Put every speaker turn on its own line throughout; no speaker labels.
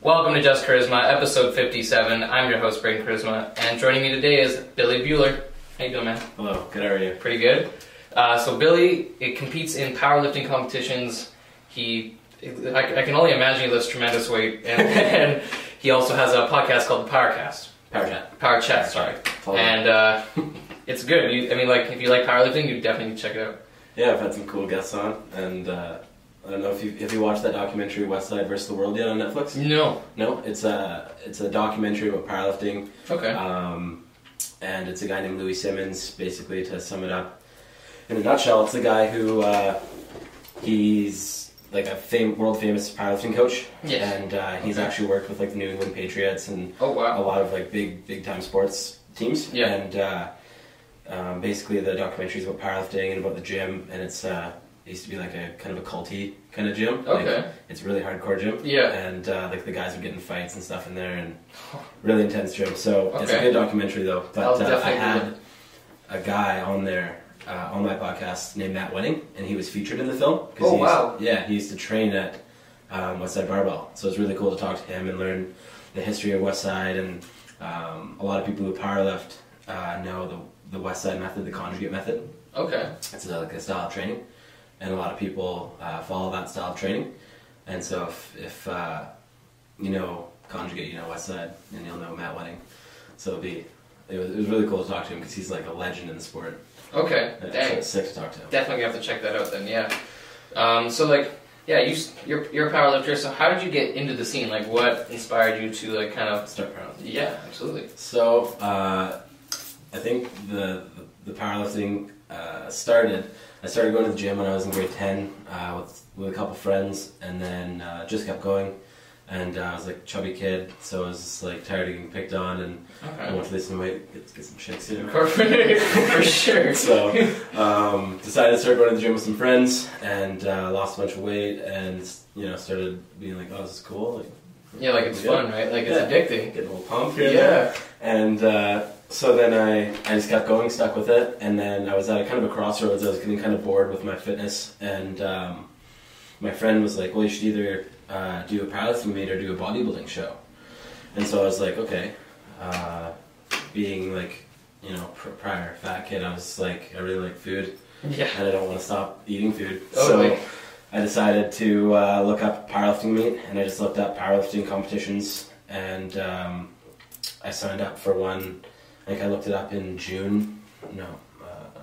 Welcome to Just Charisma, episode 57. I'm your host, Brayden Charisma, and joining me today is Billy Bueller. How you doing, man?
Hello, good how are you?
Pretty good. Uh, so Billy it competes in powerlifting competitions. He, I, I can only imagine he lifts tremendous weight, and, and he also has a podcast called the Powercast,
Powercat.
Power Chat, sorry.
Totally.
And uh, it's good. You, I mean, like if you like powerlifting, you definitely check it out.
Yeah, I've had some cool guests on, and uh, I don't know if you have you watched that documentary West Side versus the World yet on Netflix.
No.
No, it's a it's a documentary about powerlifting,
Okay.
um, and it's a guy named Louis Simmons. Basically, to sum it up in a nutshell, it's a guy who uh, he's like a fam- world famous powerlifting coach,
Yes.
and uh, he's
Okay.
actually worked with like the New England Patriots and
oh
a
wow.
lot of like big big time sports teams.
Yeah.
And uh, um, basically, the documentary is about powerlifting and about the gym, and it's uh, it used to be like a kind of a culty kind of gym. Like,
Okay.
it's a really hardcore gym.
Yeah.
And uh, like the guys would get in fights and stuff in there, and really intense gym. So it's a
Okay.
good documentary though.
I'll
But uh, I
definitely
had
look.
a guy on there. Uh, on my podcast named Matt Wedding, and he was featured in the film. 'cause
Oh,
he used-
wow.
Yeah, he used to train at um, West Side Barbell, so it's really cool to talk to him and learn the history of West Side, and um, a lot of people who powerlift uh, know the, the West Side method, the conjugate method.
Okay.
It's a, like a style of training, and a lot of people uh, follow that style of training. And so if, if uh, you know conjugate, you know West Side, and you'll know Matt Wedding. So it'll be, it was, it was really cool to talk to him because he's like a legend in the sport.
Okay.
And
Dang.
So it's sick to talk to him.
Definitely have to check that out then. Yeah. Um, so like, yeah, you s- you're you're a powerlifter. So how did you get into the scene? Like, what inspired you to like kind of?
Start proud.
Yeah, absolutely.
So uh, I think the the powerlifting uh, started. I started going to the gym when I was in grade ten uh, with with a couple friends, and then uh, just kept going. And uh, I was like a chubby kid, so I was just, like tired of getting picked on, and I
Okay.
wanted to lose some weight, get, get some chicks, you know.
For sure.
So um, decided to start going to the gym with some friends, and uh, lost a bunch of weight, and you know started being like, oh, this is cool. Like,
Yeah, like it's
Yeah.
fun, right? Like it's
Yeah.
addicting.
Get a little pump here. and there.
Yeah.
And uh, so then I, I just kept going, stuck with it. And then I was at a kind of a crossroads. I was getting kind of bored with my fitness. And um, my friend was like, well, you should either uh, do a powerlifting meet or do a bodybuilding show. And so I was like, okay. Uh, being like, you know, pr- prior fat kid, I was like, I really like food
Yeah.
and I don't want to stop eating food.
Totally.
So I decided to uh, look up powerlifting meet, and I just looked up powerlifting competitions, and um, I signed up for one. I think I looked it up in June, no, uh,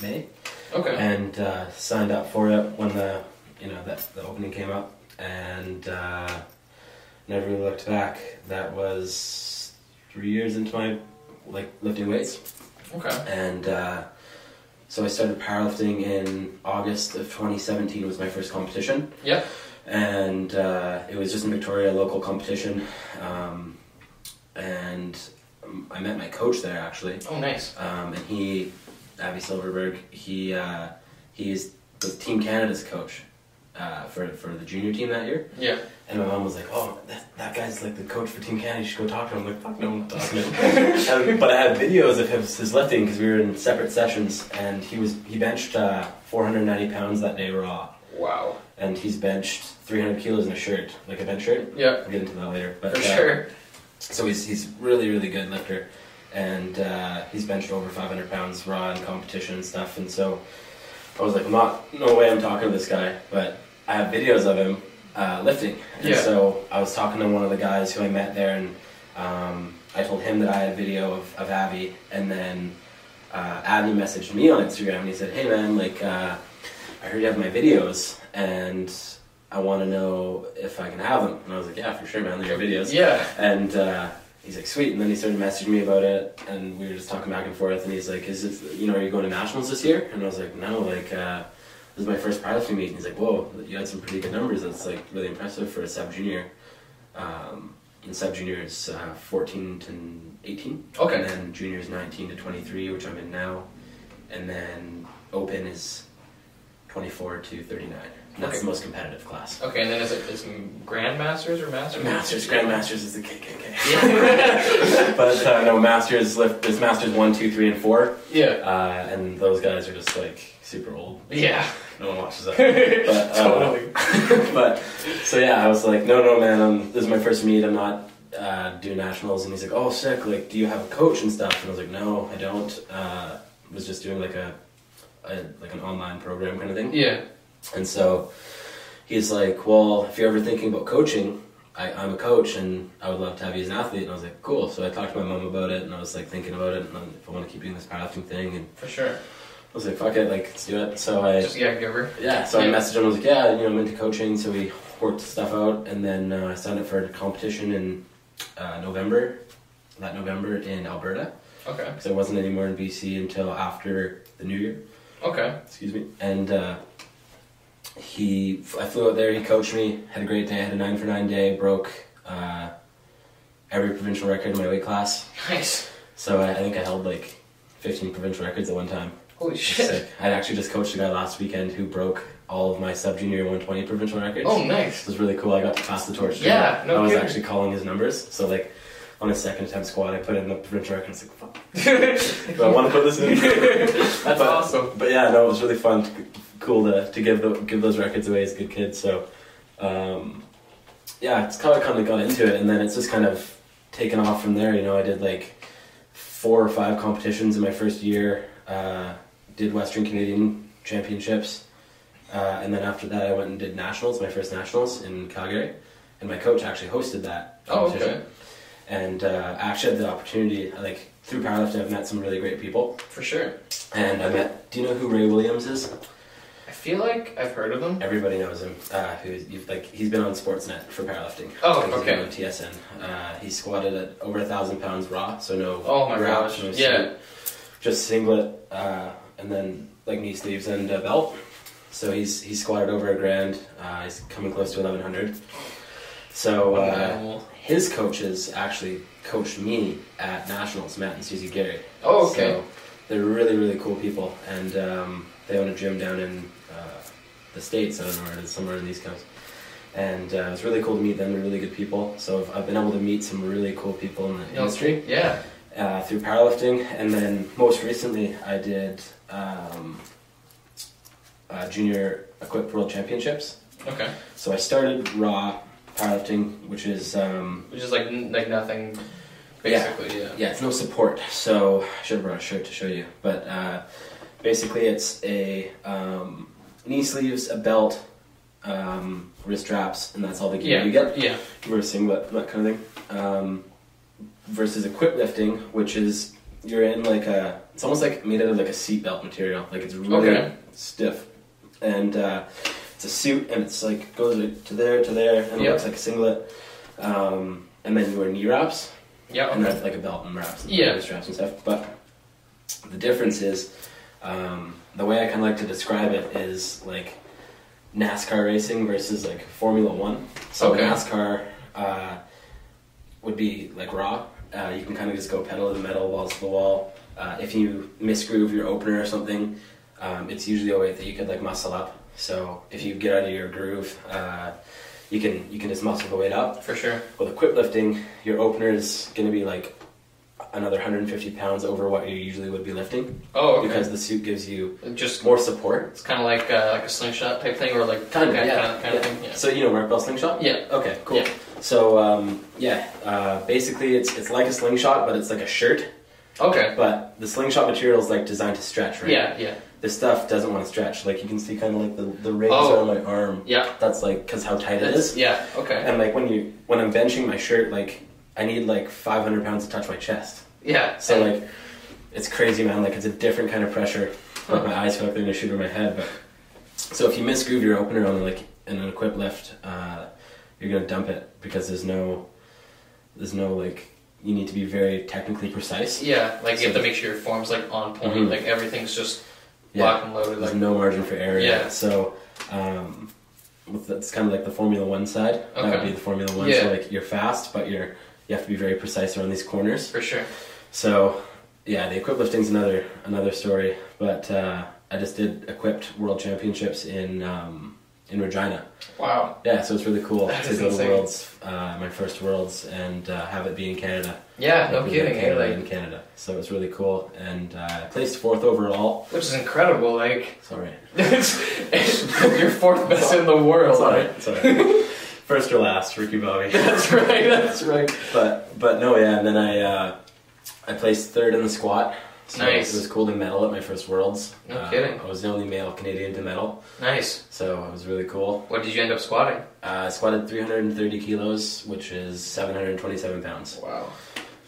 May,
Okay.
and uh, signed up for it when the you know that the opening came up, and uh, never really looked back. That was three years into my like lifting weights.
Okay.
And uh, so I started powerlifting in August of 2017 was my first competition,
Yeah.
and uh, it was just in Victoria, a local competition, um, and um, I met my coach there actually,
Oh, nice.
um, and he, Abby Silverberg, he uh, he's the Team Canada's coach uh, for for the junior team that year.
Yeah.
And my mom was like, "Oh, that, that guy's like the coach for Team Canada. You should go talk to him." I'm like, "Fuck no, I'm not talking to him." Um, but I had videos of his, his lifting because we were in separate sessions, and he was he benched uh, 490 pounds that day raw,
Wow.
and he's benched 300 kilos in a shirt, like a bench shirt.
Yeah.
I'll get into that later. But
For
uh,
sure.
So he's he's really really good lifter, and uh, he's benched over 500 pounds raw in competition and stuff. And so I was like, I'm not no way I'm talking to this guy, but I have videos of him uh, lifting. And
Yeah.
So I was talking to one of the guys who I met there, and um, I told him that I had video of, of Abby, and then uh, Abby messaged me on Instagram, and he said, Hey man, like uh, I heard you have my videos, and I want to know if I can have them. And I was like, Yeah, for sure, man. They're your videos.
Yeah.
And uh, he's like, sweet. And then he started messaging me about it, and we were just talking back and forth. And he's like, is it, you know, are you going to nationals this year? And I was like, no, like, uh, this is my first powerlifting meet. And he's like, whoa, you had some pretty good numbers. That's like really impressive for a sub junior. Um, and sub junior is uh, 14 to 18.
Okay.
And then junior is 19 to 23, which I'm in now. And then open is 24 to 39. That's
Okay.
the most competitive class.
Okay, and then is it is grandmasters or masters?
Masters, grandmasters is the KKK.
Yeah.
but uh, no, masters. lift- There's masters one, two, three, and four,
yeah.
uh, and those guys are just like super old.
Yeah.
No one watches that. uh,
totally.
but so yeah, I was like, no, no, man, i this is my first meet. I'm not uh, doing nationals. And he's like, oh, sick. Like, do you have a coach and stuff? And I was like, no, I don't. Uh, was just doing like a, a like an online program kind of thing.
Yeah.
And so he's like, well, if you're ever thinking about coaching. I, I'm a coach and I would love to have you as an athlete. And I was like, cool. So I talked to my mom about it and I was like thinking about it and um, if I want to keep doing this powerlifting thing. And
For sure.
I was like, fuck it, like, let's do it. So I
Just yeah, giver.
yeah, so
Yeah.
I messaged him. I was like, "Yeah, you know, I'm into coaching." So we worked stuff out, and then uh, I signed up for a competition in uh, November, that November in Alberta,
Okay.
because I wasn't anymore in BC until after the New Year.
Okay.
Excuse me. And uh, he, I flew out there. He coached me. Had a great day. Had a nine for nine day. Broke uh, every provincial record in my weight class.
Nice.
So I, I think I held like 15 provincial records at one time.
Holy shit.
Sick. I'd actually just coached a guy last weekend who broke all of my sub junior 120 provincial records.
Oh, nice.
This was really cool. I got to pass the torch. to him.
Yeah, no
I was
kidding.
actually calling his numbers. So like on his second attempt squat, I put in the provincial record. I was like, fuck, do I want to put this in?
That's
But-
awesome.
But yeah, no, it was really fun, to, cool to, to give the, give those records away as a good kid. So um, yeah, it's kind of kind of got into it, and then it's just kind of taken off from there. You know, I did like four or five competitions in my first year. Uh, did Western Canadian Championships, uh, and then after that, I went and did nationals, my first nationals in Calgary, and my coach actually hosted that
Oh,
competition
okay.
and uh, I actually had the opportunity, like through powerlifting, I've met some really great people.
For sure.
And I met, do you know who Ray Williams is?
I feel like I've heard of them.
Everybody knows him. Uh, who's you've like he's been on Sportsnet for powerlifting.
Oh,
He's
okay.
been On TSN, uh, he squatted at over a thousand pounds raw, so no.
Oh my
wrap,
gosh.
no
Yeah.
suit, just singlet, uh, and then like knee sleeves and uh, belt. So he's he's squatted over a grand. Uh, he's coming close to eleven hundred. So.
What an
Uh,
animal.
his coaches actually coached me at nationals, Matt and Susie Gary.
Oh, okay.
So they're really, really cool people, and um, they own a gym down in uh, the states. I don't know where it is, somewhere in the East Coast. And uh, it's really cool to meet them. They're really good people. So I've, I've been able to meet some really cool people in the
Yeah.
industry
Yeah.
uh, through powerlifting, and then most recently I did um, uh, junior equipped world championships.
Okay.
So I started raw powerlifting, which is um,
Which is like n- like nothing,
Yeah.
basically. Yeah.
Yeah, it's no support. So I should have brought a shirt to show you. But uh, basically, it's a um, knee sleeves, a belt, um, wrist straps, and that's all the gear
Yeah.
you get.
Yeah.
Or a singlet, that kind of thing. Um, versus equip lifting, which is you're in like a. It's almost like made out of like a seatbelt material. Like it's really
Okay.
stiff, and uh, it's a suit, and it's like goes like to there to there, and
Yeah.
it looks like a singlet. Um, and then you wear knee wraps
Yeah.
and
Okay.
that's like a belt and wraps and
Yeah.
straps and stuff. But the difference is um, the way I kind of like to describe it is like NASCAR racing versus like Formula One. So
Okay.
NASCAR uh, would be like raw. Uh, you can kind of just go pedal to the metal, walls to the wall. Uh, if you misgroove your opener or something, um, it's usually a way that you could like muscle up. So if you get out of your groove, uh, you can you can just muscle the weight up
For sure.
with equip lifting, your opener is going to be like another 150 pounds over what you usually would be lifting
Oh. Okay.
because the suit gives you
Just
more support.
it's kind of like uh, like a slingshot type thing, or like
Kind of,
that
yeah.
kind of, kind of thing. Yeah.
So you know, rep bell slingshot.
Yeah.
Okay, cool.
Yeah.
So um, yeah, uh, basically it's it's like a slingshot, but it's like a shirt.
Okay.
But the slingshot material is like designed to stretch, right?
Yeah. Yeah.
This stuff doesn't want to stretch. Like you can see, kind of like the the rings
Oh.
on my arm.
Yeah.
That's like because how tight it
That's,
is.
yeah. Okay.
And like when you when I'm benching my shirt, like I need like 500 pounds to touch my chest.
Yeah.
So
and-
like, it's crazy, man. Like it's a different kind of pressure. Like my eyes feel like they're gonna shoot over my head. But so if you misgroove your opener on like in an equip lift, uh, you're gonna dump it because there's no, there's no like you need to be very technically precise.
Yeah, like you
So-
have to make sure your form's like on point,
Mhm.
like everything's just
Yeah.
locked and loaded.
There's
Like,
no margin for error.
Yeah.
So. Um, with- that's kind of like the Formula One side. That would
Okay.
be the Formula One.
Yeah.
So like you're fast, but you're you have to be very precise around these corners.
for sure.
So, yeah, the equip lifting's another another story. But uh, I just did equipped world championships in um, in Regina.
Wow.
Yeah, so it's really cool
That
to
is
go
insane.
to Worlds, uh, my first Worlds, and uh, have it be in Canada.
Yeah, no
Represent
kidding. eh?
Canada
Like,
in Canada. So it was really cool, and uh, I placed fourth overall.
which is incredible. Like,
Sorry.
it's, it's, you're fourth best in the world.
Sorry. Sorry. First or last, Ricky Bobby.
That's right. That's right.
But but no, yeah. And then I uh, I placed third in the squat. So
Nice.
It was cool to medal at my first worlds.
No
Uh,
kidding.
I was the only male Canadian to medal,
Nice.
so it was really cool.
What did you end up squatting?
Uh, I squatted 330 kilos, which is 727 pounds.
Wow.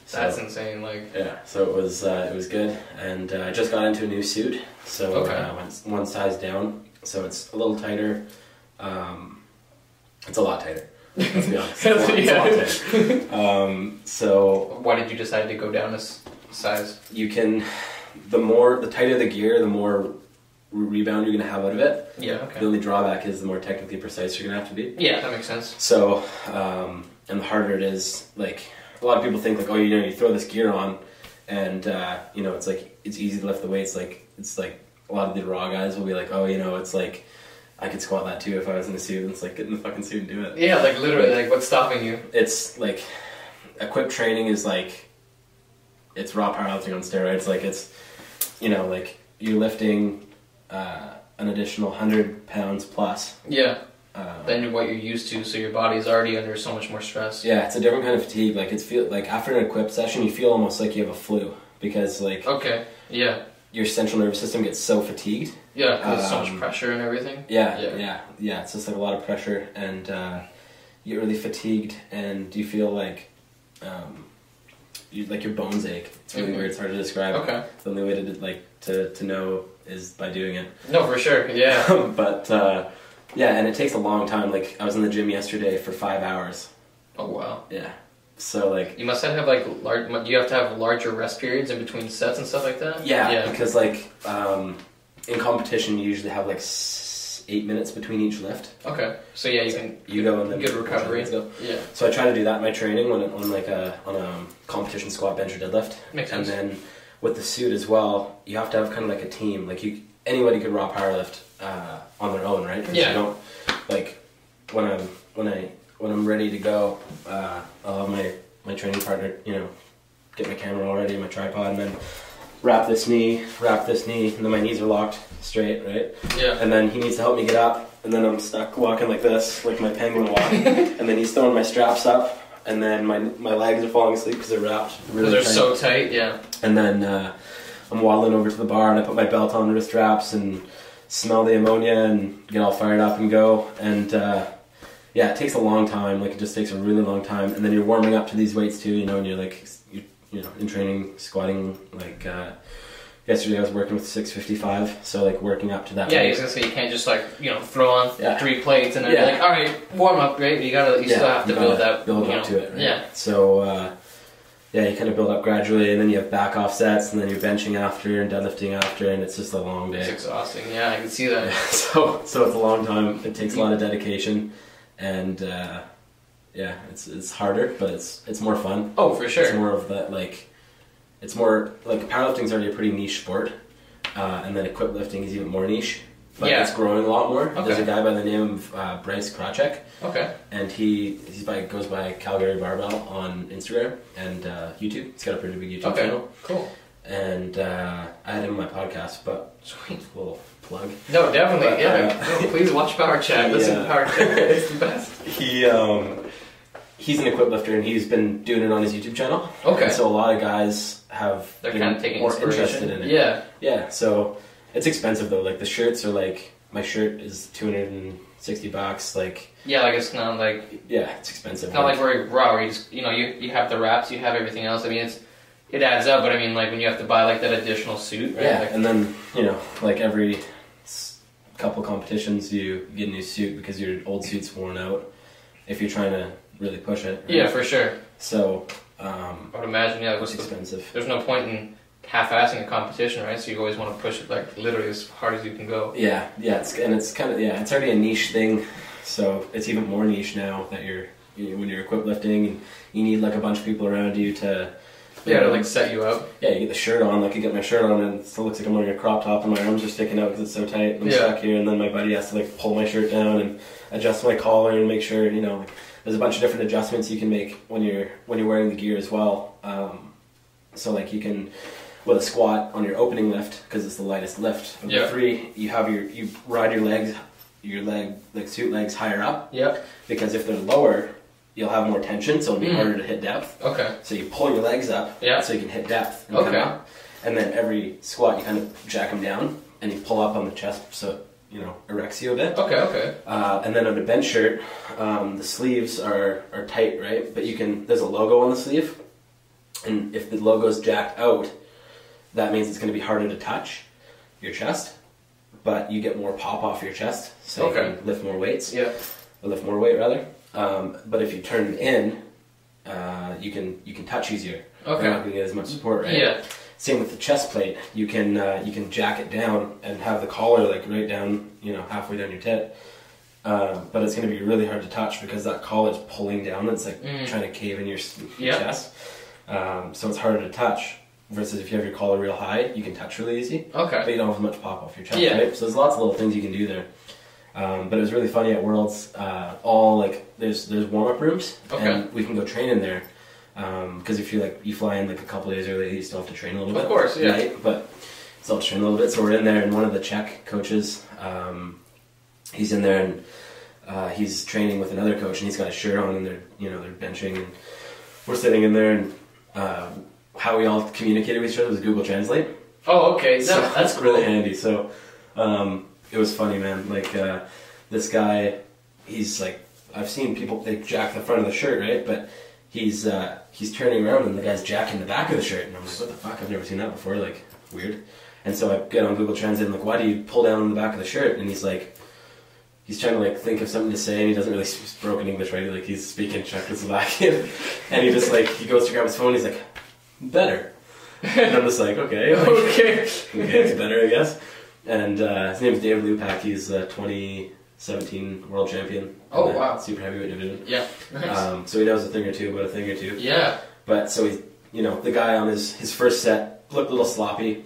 So,
That's insane. Like,
yeah, so it was uh, it was good, and uh, I just got into a new suit, so
Okay.
uh, one, one size down, so it's a little tighter. Um, it's a lot tighter. Let's be honest. It's a lot- it's a lot tighter. Um, so
why did you decide to go down a s- size?
you can the more the tighter the gear the more rebound you're going to have out of it
Yeah.
the
Okay.
only drawback is the more technically precise you're going to have to be
Yeah, that makes sense.
so um, and the harder it is like a lot of people think like oh you know you throw this gear on and uh, you know it's like it's easy to lift the weights like it's like a lot of the raw guys will be like oh you know it's like i could squat that too if i was in a suit and it's like get in the fucking suit and do it
Yeah, like literally, like what's stopping you?
it's like equip training is like it's raw powerlifting on steroids. Like it's you know like you're lifting uh, an additional hundred pounds plus.
Yeah.
Um,
Than what you're used to, so your body's already under so much more stress.
yeah, it's a different kind of fatigue. Like it's feel like after an equip session, you feel almost like you have a flu because like
Okay. Yeah.
your central nervous system gets so fatigued.
Yeah. Cause there's so much
Um,
pressure and everything.
Yeah,
Yeah.
yeah, yeah, It's just like a lot of pressure, and uh, you get really fatigued, and you feel like um, you, like your bones ache. It's really
Mhm.
weird. It's hard to describe.
Okay.
The only way to like to, to know is by doing it.
No, for sure. Yeah.
but uh, yeah, and it takes a long time. Like I was in the gym yesterday for five hours.
Oh wow.
Yeah. So like
You must have, have like large. You have to have larger rest periods in between sets and stuff like that.
yeah,
Yeah.
because like um, in competition you usually have like s- eight minutes between each lift.
Okay. So yeah, you can.
You go and then
Good recovery.
Go.
Yeah.
So I try to do that in my training when on like a on a competition squat, bench, or deadlift.
Makes
and
sense.
then with the suit as well, you have to have kind of like a team. Like you, anybody could raw powerlift uh, on their own, right? 'Cause
Yeah.
You don't like when I'm when I when I'm ready to go. Uh, I'll have my my training partner, you know, get my camera all ready, my tripod, and then wrap this knee, wrap this knee, and then my knees are locked straight, right?
Yeah.
And then he needs to help me get up, and then I'm stuck walking like this, like my penguin walk. and then he's throwing my straps up, and then my my legs are falling asleep because they're wrapped really
Those are
tight.
so tight. Yeah.
and then uh, I'm waddling over to the bar, and I put my belt on wrist straps and smell the ammonia and get all fired up and go. And uh, yeah, it takes a long time. Like it just takes a really long time. And then you're warming up to these weights too, you know, and you're like, you, you know, in training, squatting. Like uh, yesterday, I was working with 655, so like working up to that.
Yeah,
weight.
he was gonna say you can't just like you know throw on
Yeah.
three plates and then
Yeah.
be like, all right, warm up, right? You gotta, you still have to
you
build
gotta
up,
build
you
up
know.
to it. Right?
Yeah,
So uh, yeah, you kind of build up gradually, and then you have back off sets, and then you're benching after and deadlifting after, and it's just a long
it's
day.
exhausting. Yeah, I can see that.
so so it's a long time. It takes a lot of dedication, and uh, yeah, it's it's harder, but it's it's more fun.
Oh, for
It's
sure.
more of that like, it's more like powerlifting's already a pretty niche sport, uh, and then equip lifting is even more niche. But
Yeah.
it's growing a lot more. There's
Okay.
a guy by the name of uh, Bryce Krachek
Okay.
and he he's by goes by Calgary Barbell on Instagram and uh, YouTube. He's got a pretty big YouTube
Okay.
channel,
Cool.
and uh, I had him on my podcast, but
Sweet.
little plug.
No, definitely.
But,
yeah.
uh,
No, please watch Power Chat. Listen to
Yeah.
Power Chat. It's the best.
He um, he's an equip lifter, and he's been doing it on his YouTube channel.
Okay.
And so a lot of guys have
They're
been
kind of taking
more
inspiration.
interested in it.
Yeah.
Yeah, so it's expensive though. Like the shirts are like my shirt is two hundred and sixty bucks. Like
Yeah, like it's not like
yeah, it's expensive.
not like very raw. Where you just you know you you have the wraps, you have everything else. I mean, it's it adds up. But I mean, like when you have to buy like that additional suit, right?
Yeah,
Like,
and then you know, like every s- couple competitions, you get a new suit because your old suit's worn out. If you're trying to really push it, right?
yeah, for sure.
So um,
I would imagine. Yeah, what's
it's
the
expensive.
there's no point in half-assing a competition, right? So you always want to push it like literally as hard as you can go.
Yeah, yeah, it's and it's kind of yeah, it's already a niche thing, so it's even more niche now that you're you, when you're equip lifting and you need like a bunch of people around you to
Yeah, to like set you up.
Yeah, you get the shirt on. Like I get my shirt on, and it still looks like I'm wearing a crop top, and my arms are sticking out because it's so tight. and I'm
Yeah.
stuck here, and then my buddy has to like pull my shirt down and adjust my collar and make sure you know. Like, there's a bunch of different adjustments you can make when you're when you're wearing the gear as well. Um, so like you can with a squat on your opening lift because it's the lightest lift of
Yeah.
the three. You have your you ride your legs, your leg like suit legs higher up
Yep.
because if they're lower, you'll have more tension, so it'll be
Mm.
harder to hit depth.
Okay.
So you pull your legs up,
Yeah.
so you can hit depth and
Okay.
come up. And then every squat, you kind of jack them down, and you pull up on the chest, so it, you know erects you a bit.
Okay. Okay.
Uh, and then on a bench shirt, um, the sleeves are are tight, right? But you can there's a logo on the sleeve, and if the logo's jacked out, that means it's going to be harder to touch your chest, but you get more pop off your chest, so
Okay.
you can lift more weights
Yeah.
or lift more weight rather. Um, but if you turn them in, uh, you can you can touch easier.
Okay.
You're not going to get as much support, right?
Yeah.
Same with the chest plate. You can uh, you can jack it down and have the collar like right down, you know, halfway down your tit. Uh, but it's going to be really hard to touch because that collar's pulling down. It's like
Mm.
trying to cave in your s-
Yeah.
chest. Um, so it's harder to touch. Versus if you have your collar real high, you can touch really easy but
Okay.
you don't have much pop off your chest,
Yeah.
right? So there's lots of little things you can do there. Um, but it was really funny at Worlds. Uh, all like there's there's warm up rooms,
Okay.
and we can go train in there. Because if you like you fly in like a couple days early, you still have to train a little
Of
bit.
course, yeah.
Right? But still have to train a little bit. So we're in there, and one of the Czech coaches, um, he's in there and uh, he's training with another coach, and he's got a shirt on, and they're you know they're benching, and we're sitting in there, and uh, how we all communicated with each other was Google Translate.
Oh, okay.
So
That, that's cool.
really handy. So um, it was funny, man. Like uh, this guy, he's like I've seen people they jack the front of the shirt, right? But he's uh, he's turning around and the guy's jacking the back of the shirt, and I'm like, what the fuck? I've never seen that before. Like weird. And so I get on Google Translate and I'm like, why do you pull down on the back of the shirt? And he's like. He's trying to like think of something to say, and he doesn't really speak broken English, right? Like he's speaking Czechoslovakian, and he just like he goes to grab his phone. He's like, "Better," and I'm just like, "Okay." like,
Okay.
okay, it's better, I guess. And uh, his name is David Lupak. He's the 2017 world champion. in
Oh,
the
wow.
Super heavyweight division.
Yeah. Nice.
Um, so he knows a thing or two about a thing or two.
yeah.
But so he, you know, the guy on his, his first set looked a little sloppy.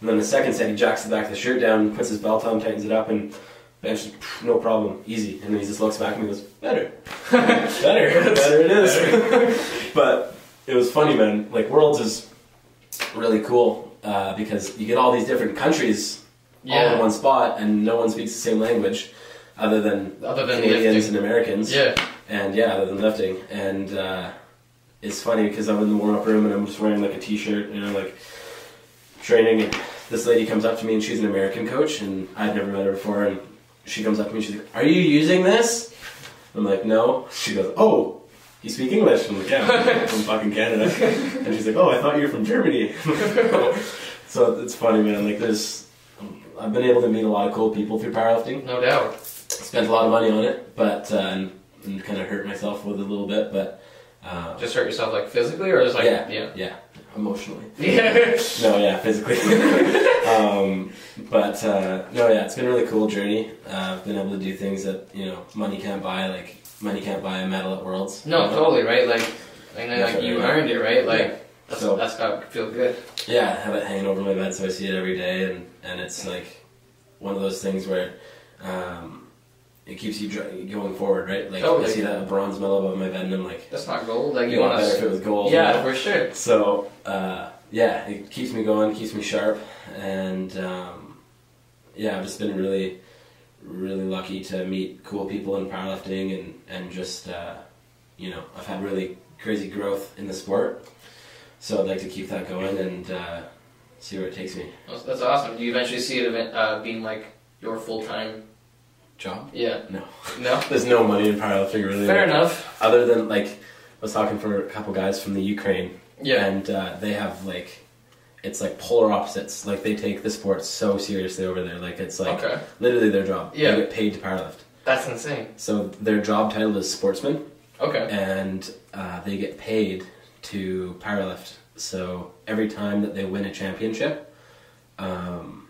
And then the second set, he jacks the back of the shirt down, puts his belt on, tightens it up, and bench, no problem, easy. And then he just looks back at me and goes, better. better. Better it is. but it was funny, man. Like, Worlds is really cool uh, because you get all these different countries all in
Yeah.
one spot, and no one speaks the same language other than,
Other than
Canadians
lifting.
and Americans
Yeah.
and yeah, other than lifting. And uh, it's funny because I'm in the warm up room and I'm just wearing like a t shirt, you know, like training. And this lady comes up to me and she's an American coach, and I'd never met her before. And she comes up to me and she's like, Are you using this? I'm like, No. She goes, Oh, you speak English? I'm like, Yeah, I'm from fucking Canada. And she's like, Oh, I thought you were from Germany. so it's funny, man. Like, there's. I've been able to meet a lot of cool people through powerlifting
No doubt.
spent a lot of money on it, but uh, and, and kind of hurt myself with it a little bit, but uh,
Just hurt yourself like physically, or just like
yeah,
yeah.
emotionally.
Yeah.
No, yeah, physically. um, but uh, no, yeah, it's been a really cool journey. Uh, I've been able to do things that you know money can't buy, like money can't buy a medal at Worlds.
No,
You know?
totally right. Like, and then, like
Definitely.
you earned it, right? Like
Yeah.
that's
So-
that's got to feel good.
Yeah, I have it hanging over my bed, so I see it every day, and, and it's like one of those things where um, it keeps you dri- going forward, right? Like I
Totally.
see that bronze medal above my bed, and I'm like,
That's not gold. Like you
it'd be a lot
want
better if
to.
it was gold. you know?
Yeah, for sure.
So uh, yeah, it keeps me going, keeps me sharp, and um, yeah, I've just been really, really lucky to meet cool people in powerlifting, and and just uh, you know, I've had really crazy growth in the sport. So I'd like to keep that going and uh, see where it takes me.
That's, that's awesome. Do you eventually see it event, uh, being like your full time?
Job?
Yeah.
No,
No.
there's no money in powerlifting really.
Fair enough.
Other than like, I was talking for a couple guys from the Ukraine.
Yeah.
And uh, they have like, it's like polar opposites. Like they take the sport so seriously over there. Like it's like
okay.
literally their job.
Yeah.
They get paid to powerlift.
That's insane.
So their job title is sportsman,
Okay.
and uh, they get paid to powerlift. So every time that they win a championship, um,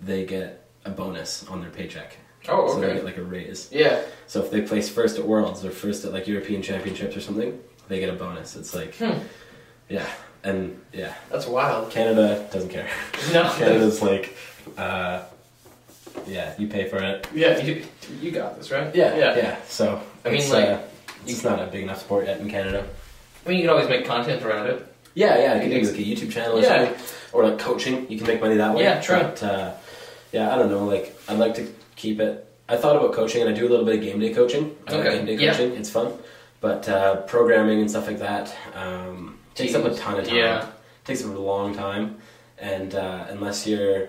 they get a bonus on their paycheck.
Oh,
So they
okay.
get like a raise.
Yeah.
So if they place first at Worlds or first at like European Championships or something, they get a bonus. It's like,
Hmm.
yeah, and yeah,
That's wild.
Canada doesn't care.
No.
Canada's like, uh, yeah, you pay for it.
yeah, you, you got this, right?
Yeah,
Yeah.
yeah. So
I mean,
it's,
like,
uh, it's not a big enough sport yet in Canada.
I mean, you can always make content around it.
Yeah, yeah, I could do like a YouTube channel or
Yeah.
something, or like coaching. You can make money that way.
Yeah, true.
But, uh, yeah, I don't know. Like, I'd like to keep it. I thought about coaching, and I do a little bit of game day coaching. I like
Okay,
game day
yeah.
coaching. It's fun, but uh, programming and stuff like that um, takes up a ton of time.
Yeah.
takes up a long time, and uh, unless you're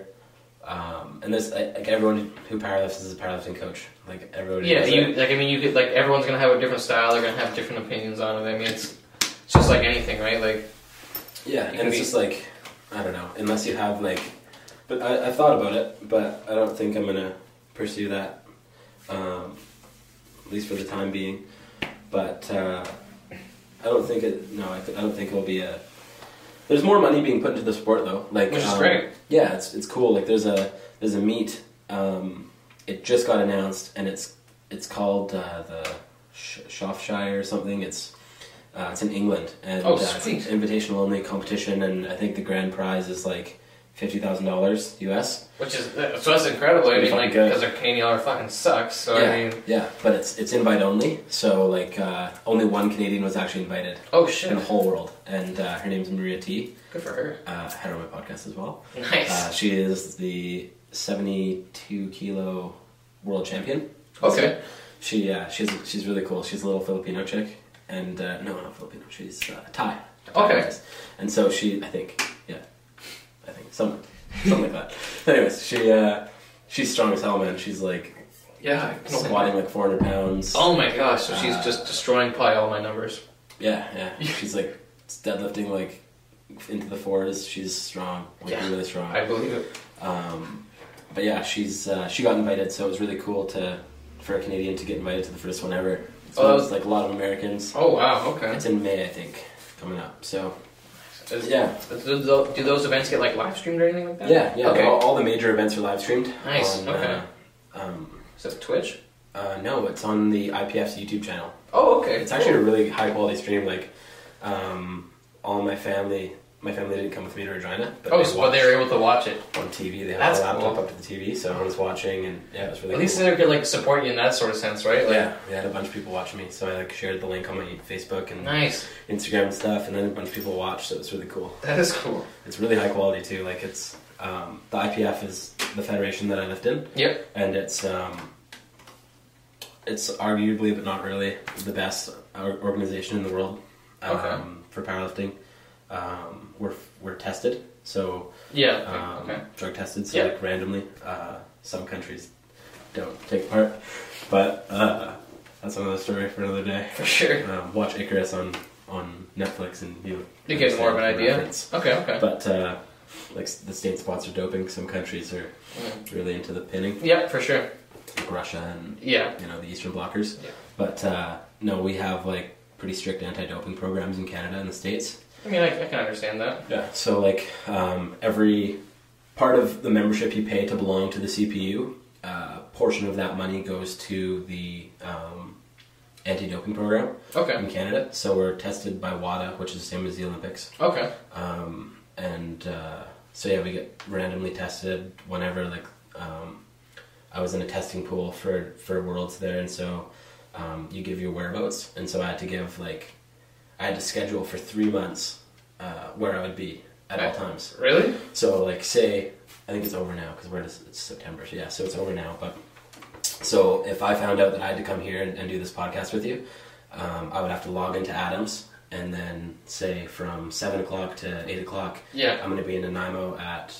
um, and this like like, everyone who powerlifts is a powerlifting coach. Like everyone.
Yeah,
does
you
it.
like. I mean, you could like. Everyone's gonna have a different style. They're gonna have different opinions on it. I mean, it's, it's just like anything, right? Like,
Yeah,
It
and
can
it's
be-
just like I don't know, unless you have like. But I, I thought about it, but I don't think I'm gonna pursue that, um, at least for the time being. But uh, I don't think it. No, I, th- I don't think it'll be a. There's more money being put into the sport though, like
Which is
um,
great.
Yeah, it's it's cool. Like there's a there's a meet. Um, it just got announced, and it's it's called uh, the Sh- Shropshire or something. It's uh, it's in England, and
Oh,
uh, it's an
sweet.
invitational only competition, and I think the grand prize is like fifty thousand dollars US.
which is uh, so that's incredible. I
Pretty
mean, like,
fucking good.
because Arcanial fucking sucks. So
yeah,
I mean,
yeah, but it's it's invite only, so like uh, only one Canadian was actually invited
oh
in
shit,
the whole world, and uh, her name's Maria T.
good for her.
Uh, I had her on my podcast as well.
Nice.
Uh, she is the seventy-two kilo world champion.
okay.
She yeah, she's she's really cool. She's a little Filipino chick, and uh, no, not Filipino. She's uh, Thai.
Okay.
Thai And so she, I think, yeah, I think some something like that. Anyways, she uh, she's strong as hell, man. She's like
Yeah. I can only-
squatting like four hundred pounds.
Oh my gosh! So she's
Uh,
just destroying probably all my numbers.
Yeah, yeah. She's like deadlifting like into the fours. She's strong, like
Yeah.
really strong.
I believe it.
Um, but yeah, she's uh, she got invited, so it was really cool to for a Canadian to get invited to the first one ever. So
Oh,
it was like a lot of Americans.
Oh wow. Okay.
It's in May, I think, coming up. So
Is-
yeah,
Do tho- do those events get like live streamed or anything like that?
yeah, yeah.
Okay.
All, all the major events are live streamed.
Nice,
on,
okay.
Uh, um,
Is that Twitch?
uh, no, it's on the IPF's YouTube channel.
Oh okay.
It's actually a really high quality stream. Like, um, all my family, my family didn't come with me to Regina, but
Oh,
they
so
watched
they were able to watch it.
on TV. They had
That's
a laptop
cool.
up to the TV, so I was watching, and yeah, it was really.
At least
cool.
they could like support you in that sort of sense, right? Like,
yeah, they had a bunch of people watching me, so I like shared the link on my Facebook and
Nice.
Instagram and stuff, and then a bunch of people watched, so it's really cool.
That is cool.
It's really high quality too. Like it's um, the IPF is the federation that I lift in,
Yep.
and it's um, it's arguably, but not really, the best or- organization in the world um,
Okay.
for powerlifting. Um, we're we're tested, so
Yeah.
um,
okay.
drug tested, so
Yeah.
like randomly. Uh, some countries don't take part, but uh, that's another story for another day.
For sure.
Um, watch Icarus on on Netflix, and you
You get more of an
understand the
idea.
reference.
Okay. Okay.
But uh, like s- the state sponsored doping, some countries are
Mm.
really into the pinning,
Yep. For sure.
like Russia and
Yeah.
you know the Eastern blockers.
Yeah.
But uh, no, we have like pretty strict anti-doping programs in Canada and the states.
I mean, I, I can understand that.
Yeah. So like um, every part of the membership you pay to belong to the CPU, uh, portion of that money goes to the um, anti-doping program
Okay.
in Canada. So we're tested by WADA, which is the same as the Olympics.
Okay.
Um, and uh, so yeah, we get randomly tested whenever. Like um, I was in a testing pool for for Worlds there, and so um, you give your whereabouts, and so I had to give like I had to schedule for three months uh, where I would be at all
Okay.
times.
Really?
So like say I think it's over now because we're just, it's September. So yeah, so it's over now. But so if I found out that I had to come here and, and do this podcast with you, um, I would have to log into Adams and then say from seven o'clock to eight o'clock,
Yeah.
I'm going to be in Nanaimo at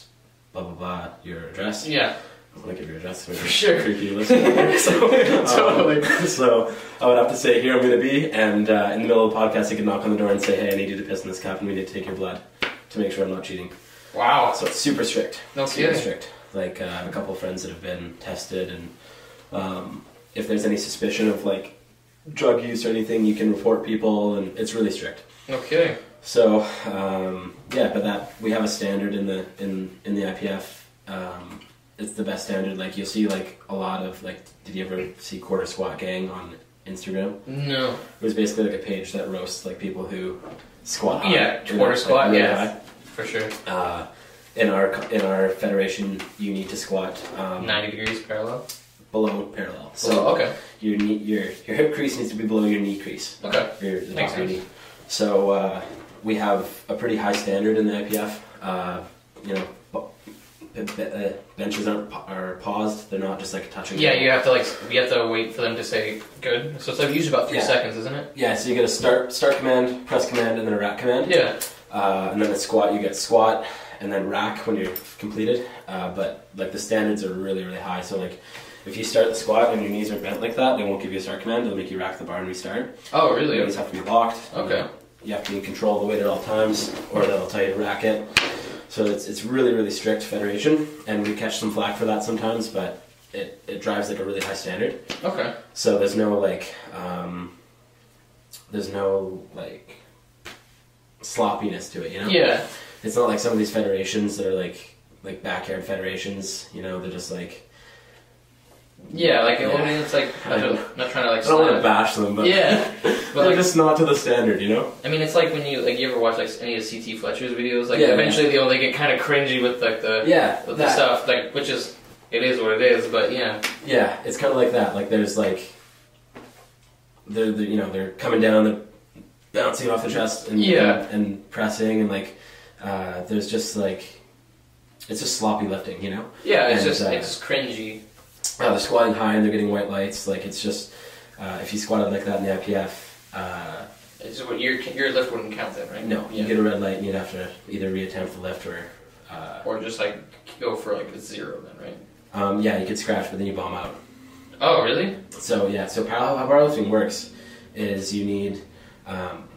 blah blah blah your address.
Yeah.
I'm going to give your address for
sure.
Creepy listener. so,
Totally.
um, so I would have to say here I'm going to be, and uh, in the middle of the podcast, I could knock on the door and say, hey, I need you to piss in this cup, and we need to take your blood to make sure I'm not cheating.
Wow.
So it's super strict.
No
super
kidding.
strict. Like uh, I have a couple of friends that have been tested, and um, if there's any suspicion of like drug use or anything, you can report people, and it's really strict.
No kidding.
So um, yeah, but that we have a standard in the in in the IPF. Um, it's the best standard. Like you'll see, like a lot of like. Did you ever see Quarter Squat Gang on Instagram.
No.
It was basically like a page that roasts like people who squat. high,
Yeah,
you know,
quarter
like,
squat.
really
yeah,
high.
for sure.
Uh, in our in our federation, you need to squat um,
Ninety degrees parallel.
below parallel. So
So okay,
your knee, your your hip crease needs to be below your knee crease.
okay.
Your, the
Makes
top of your
sense.
knee. So uh, we have a pretty high standard in the IPF. Uh, you know, bu- b- b- uh, benches aren't pa- are paused. They're not just like touching.
Yeah, you have to like you have to wait for them to say good. So it's like usually about three
Yeah.
seconds, isn't it?
Yeah. So you get a start start command, press command, and then a rack command.
Yeah.
Uh, and then a squat, you get squat, and then rack when you're completed. Uh, but like the standards are really, really high. So like, if you start the squat and your knees are bent like that, they won't give you a start command. They'll make you rack the bar and restart.
Oh
Your
really?
knees have to be locked.
Okay.
You have to be in control of the weight at all times, or they'll tell you to rack it. So it's it's really, really strict federation, and we catch some flack for that sometimes, but it, it drives like a really high standard.
Okay.
So there's no like, um, there's no like sloppiness to it, you know.
Yeah.
It's not like some of these federations that are like like backyard federations, you know. They're just like
Yeah. Like
Yeah.
I mean, it's like
I
not, to- not trying to like.
I don't want to
slam-
bash them, but
Yeah. But
they're
like
just not to the standard, you know.
I mean, it's like when you like you ever watch like any of CT Fletcher's videos. Like
Yeah.
eventually they'll they get kind of cringy with like the
Yeah,
with the
that-
stuff like which is it is what it is. But yeah,
yeah. It's kind of like that. Like there's like they're, they're you know they're coming down, they're bouncing off the chest and
Yeah.
and, and pressing and like uh, there's just like it's just sloppy lifting, you know.
yeah, it's
And,
just
uh,
it's cringy.
uh, they're squatting high and they're getting white lights. Like it's just uh, if you squatted like that in the IPF, uh,
It's what your your lift wouldn't count then, right?
no, you
Yeah.
get a red light and you'd have to either reattempt the lift or. Uh,
Or just like go for like a zero then, right?
um, yeah, you could scratch, but then you bomb out.
Oh really?
So yeah, so parallel how powerlifting works is you need um,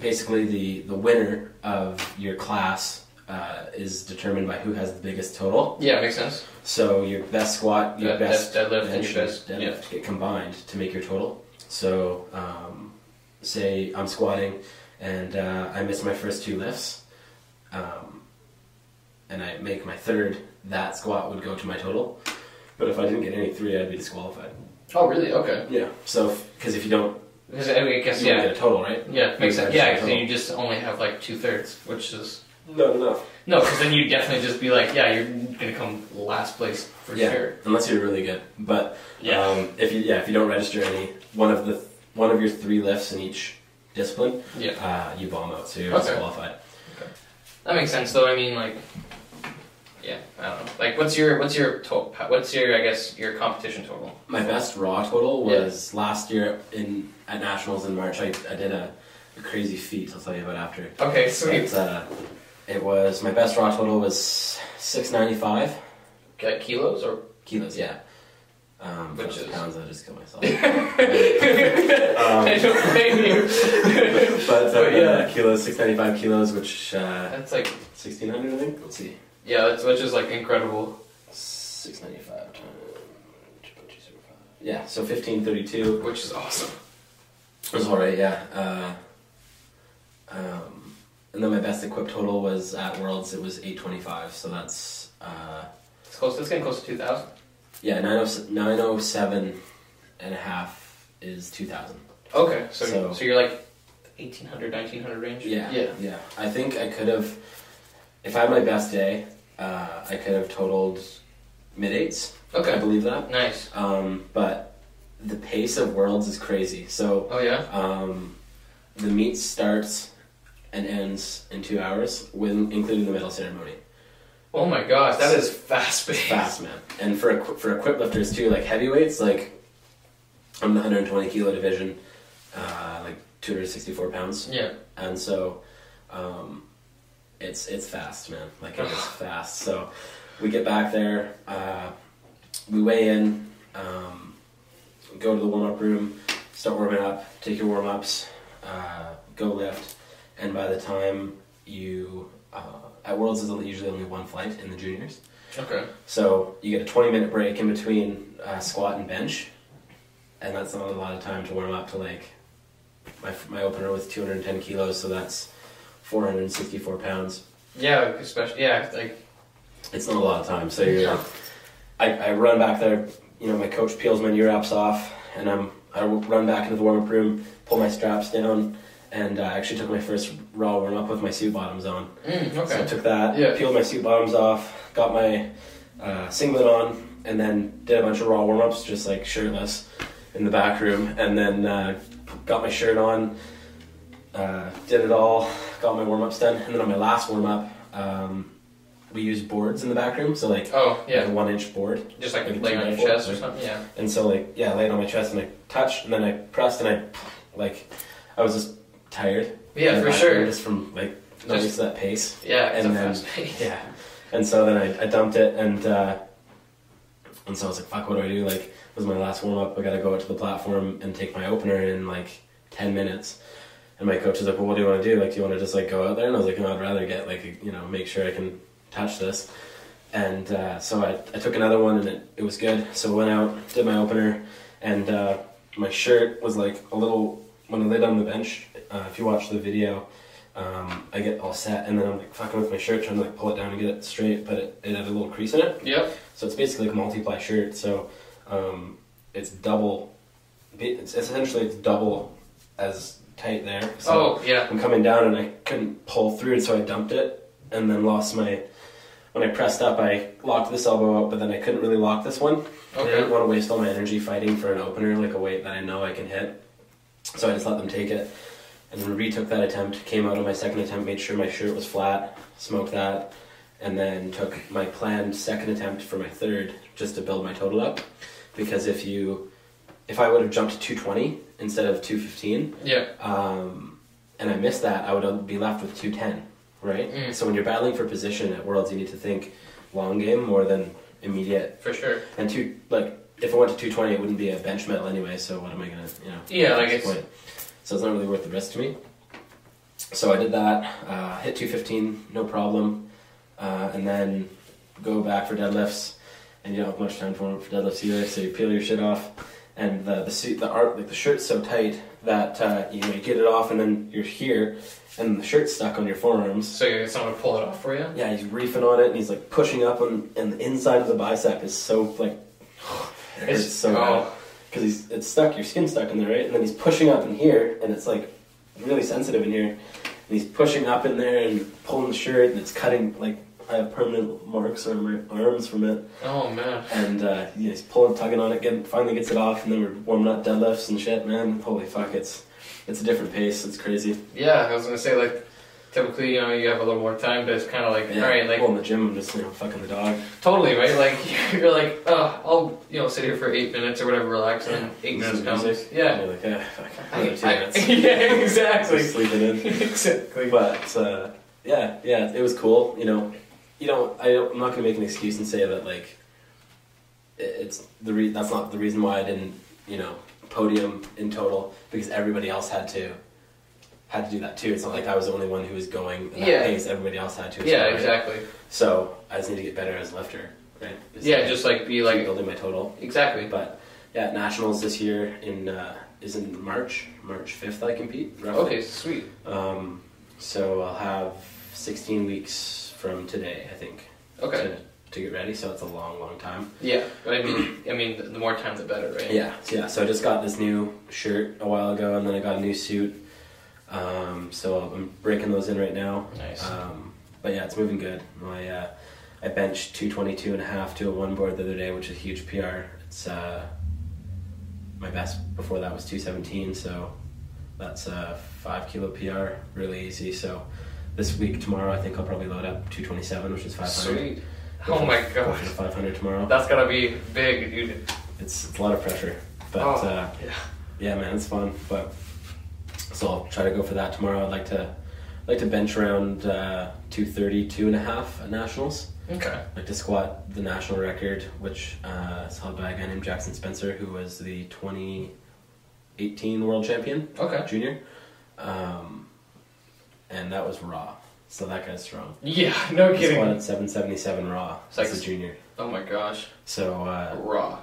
basically the the winner of your class uh, is determined by who has the biggest total.
Yeah, makes sense.
So your best squat,
Dead-
your best
dead- deadlift and
bench,
your best-
deadlift
yeah.
get combined to make your total. So um, say I'm squatting and uh, I miss my first two lifts, um, and I make my third. That squat would go to my total. But if I didn't get any three, I'd be disqualified.
Oh really? Okay.
Yeah. So because if you don't,
'Cause, I, mean, I guess
you yeah.
yeah.
get a total, right?
Yeah, makes sense.
Exactly.
Yeah, because you just only have like two thirds, which is
No, no.
no, because then you definitely just be like, yeah, you're gonna come last place for
Yeah.
sure.
Unless you're really good, but
Yeah.
um, if you yeah if you don't register any one of the one of your three lifts in each discipline.
Yeah.
Uh, you bomb out, so you're
Okay.
disqualified.
That makes sense, though. I mean, like, yeah, I don't know. Like, what's your what's your total? What's your I guess your competition total?
My best raw total was last year in at nationals in March. I, I did a, a crazy feat. I'll tell you about after.
Okay,
But, uh, it was my best raw total was six ninety five
Like kilos or
kilos. Yeah. Um,
Which
Which
is-
pounds? I just killed myself.
I
um,
don't blame you.
but uh,
But, yeah.
yeah, kilos six ninety five kilos, which uh,
That's like
sixteen hundred I think. Let's see.
yeah, that's which is like incredible.
Six ninety five times. 2.205. Yeah, so fifteen thirty two.
Which is awesome.
It was alright, yeah. Uh, um, and then my best equipped total was at Worlds. It was eight twenty five. So that's uh,
It's close. It's getting close to two thousand.
yeah, 90- 907 and a half is two thousand.
Okay, so so,
So-
you're like 1800, 1900 range.
Yeah,
yeah.
yeah. I think I could have, if I had my best day, uh, I could have totaled mid eights. I
Okay,
believe that.
nice.
Um, but the pace of Worlds is crazy. So
Oh yeah.
Um, the meet starts and ends in two hours, when, including the medal ceremony.
Oh my gosh, that is fast
It's
paced.
fast, man. And for equi- for equip lifters too, like heavyweights, like I'm in the 120 kilo division, uh, like 264 pounds,
Yeah.
and so um, it's it's fast, man. Like it's fast. So we get back there, uh, we weigh in, um, go to the warm up room, start warming up, take your warm ups, uh, go lift, and by the time you uh, at Worlds is usually only one flight in the juniors.
Okay.
So you get a 20 minute break in between uh, squat and bench, and that's not a lot of time to warm up to like my, my opener was 210 kilos, so that's 464 pounds.
Yeah, especially yeah, like
It's not a lot of time. So you're, I, I run back there, you know, my coach peels my knee wraps off, and I'm I w- run back into the warm up room, pull my straps down, and uh, I actually took my first raw warm up with my suit bottoms on.
Mm,
So I
okay.
took that,
Yeah.
peeled my suit bottoms off, got my uh, singlet on, and then did a bunch of raw warm ups, just like shirtless in the back room, and then uh, got my shirt on, uh, did it all, got my warm ups done, and then on my last warm up, um, we used boards in the back room, so like
Oh
like
yeah,
a one inch board.
just like
Like a
laying on your
two by four,
chest or
like-
something. Yeah.
And so like yeah, I laid on my chest and I touched and then I pressed and I like I was just tired.
Yeah,
And
for
I-
sure.
Just from like not
Just-
used to that pace.
Yeah, it's
and
a
then-
fast pace.
Yeah. And so then I, I dumped it and uh, and so I was like, fuck what do I do? Like it was my last warm up, I gotta go out to the platform and take my opener in like ten minutes. And my coach was like, Well what do you wanna do? Like do you wanna just like go out there? And I was like, No, I'd rather get like a- you know, make sure I can touch this. And uh, so I, I took another one and it, it was good. So I went out, did my opener, and uh, my shirt was like a little. When I lay down on the bench, uh, if you watch the video, um, I get all set and then I'm like fucking with my shirt, trying to like pull it down and get it straight, but it, it had a little crease in it.
Yep.
So it's basically like a multiply shirt. So um, it's double. It's essentially it's double as tight there. So
oh yeah.
I'm coming down and I couldn't pull through, so I dumped it and then lost my. When I pressed up, I locked this elbow up, but then I couldn't really lock this one. I
Okay.
didn't want to waste all my energy fighting for an opener, like a weight that I know I can hit. So I just let them take it. And then retook that attempt, came out on my second attempt, made sure my shirt was flat, smoked that, and then took my planned second attempt for my third just to build my total up. Because if you, if I would have jumped to 220 instead of 215,
Yeah.
um, and I missed that, I would be left with 210, right?
Mm.
So when you're battling for position at Worlds, you need to think long game more than immediate.
For sure.
And two, like, if I went to 220, it wouldn't be a bench medal anyway, so what am I gonna, you know?
Yeah, like
at this
it's-
point? So it's not really worth the risk to me. So I did that, uh, hit 215, no problem, uh, and then go back for deadlifts, and you don't have much time for for deadlifts either. So you peel your shit off, and the the suit, the art, like the shirt's so tight that uh, you know you get it off, and then you're here, and the shirt's stuck on your forearms.
So you get someone to pull it off for you.
Yeah, he's reefing on it, and he's like pushing up, on, and the inside of the bicep is so like, it hurts so bad
oh,
because he's it's stuck, your skin's stuck in there, right? And then he's pushing up in here, and it's like really sensitive in here. And he's pushing up in there and pulling the shirt, and it's cutting like I have permanent marks on my arms from it.
oh man.
And uh, you know, he's pulling, tugging on it, getting, finally gets it off, and then we're warming up deadlifts and shit, man. Holy fuck, it's it's a different pace. It's crazy.
Yeah, I was gonna say like typically you know you have a little more time, but it's kind of like all right, like
well, in the gym, I'm just you know fucking the dog.
totally right. Like you're like oh I'll you know sit here for eight minutes or whatever, relax, and then eight minutes
Listen to
comes.
music. And
Yeah.
you're like, uh, yeah, fuck,
I,
another two
I-
minutes.
yeah,
Just
exactly.
sleeping in.
exactly.
But uh, yeah, yeah, it was cool. You know, you know, I don't, I'm not gonna make an excuse and say that like it- it's the re- that's not the reason why I didn't you know podium in total because everybody else had to had to do that too. It's not like I was the only one who was going at that
Yeah.
pace. Everybody else had to. as
Yeah,
well, right?
exactly.
So I just need to get better as a lifter, right?
Yeah, just like be
keep
like
building my total.
exactly.
But yeah, nationals this year in uh, is in March, March fifth. I compete. roughly.
Okay, sweet.
Um, so I'll have 16 weeks from today, I think,
Okay.
to, to get ready. So it's a long, long time.
Yeah, but I mean, I mean, the more time the better, right?
Yeah, so yeah. So I just got this new shirt a while ago, and then I got a new suit. Um, so I'm breaking those in right now.
Nice.
Um, but yeah, it's moving good. My uh, I benched 222 and a half to a one board the other day, which is a huge PR. It's uh, my best before that was 217, so that's a five kilo PR, really easy. So this week tomorrow, I think I'll probably load up 227, which is 500.
Sweet. Oh my
Go
god,
for the 500 tomorrow.
that's gotta be big, dude.
It's, it's a lot of pressure, but.
Oh.
Uh,
Yeah.
yeah, man, it's fun. But so I'll try to go for that tomorrow. I'd like to like to bench around uh, 230, two and a half at nationals.
Okay.
I'd like to squat the national record, which uh, is held by a guy named Jackson Spencer, who was the 2018 world champion,
Okay.
junior, um, and that was raw. So that guy's strong.
Yeah. No
He
kidding.
squatted 777 raw
Like-
as a junior.
Oh my gosh.
So uh,
Raw.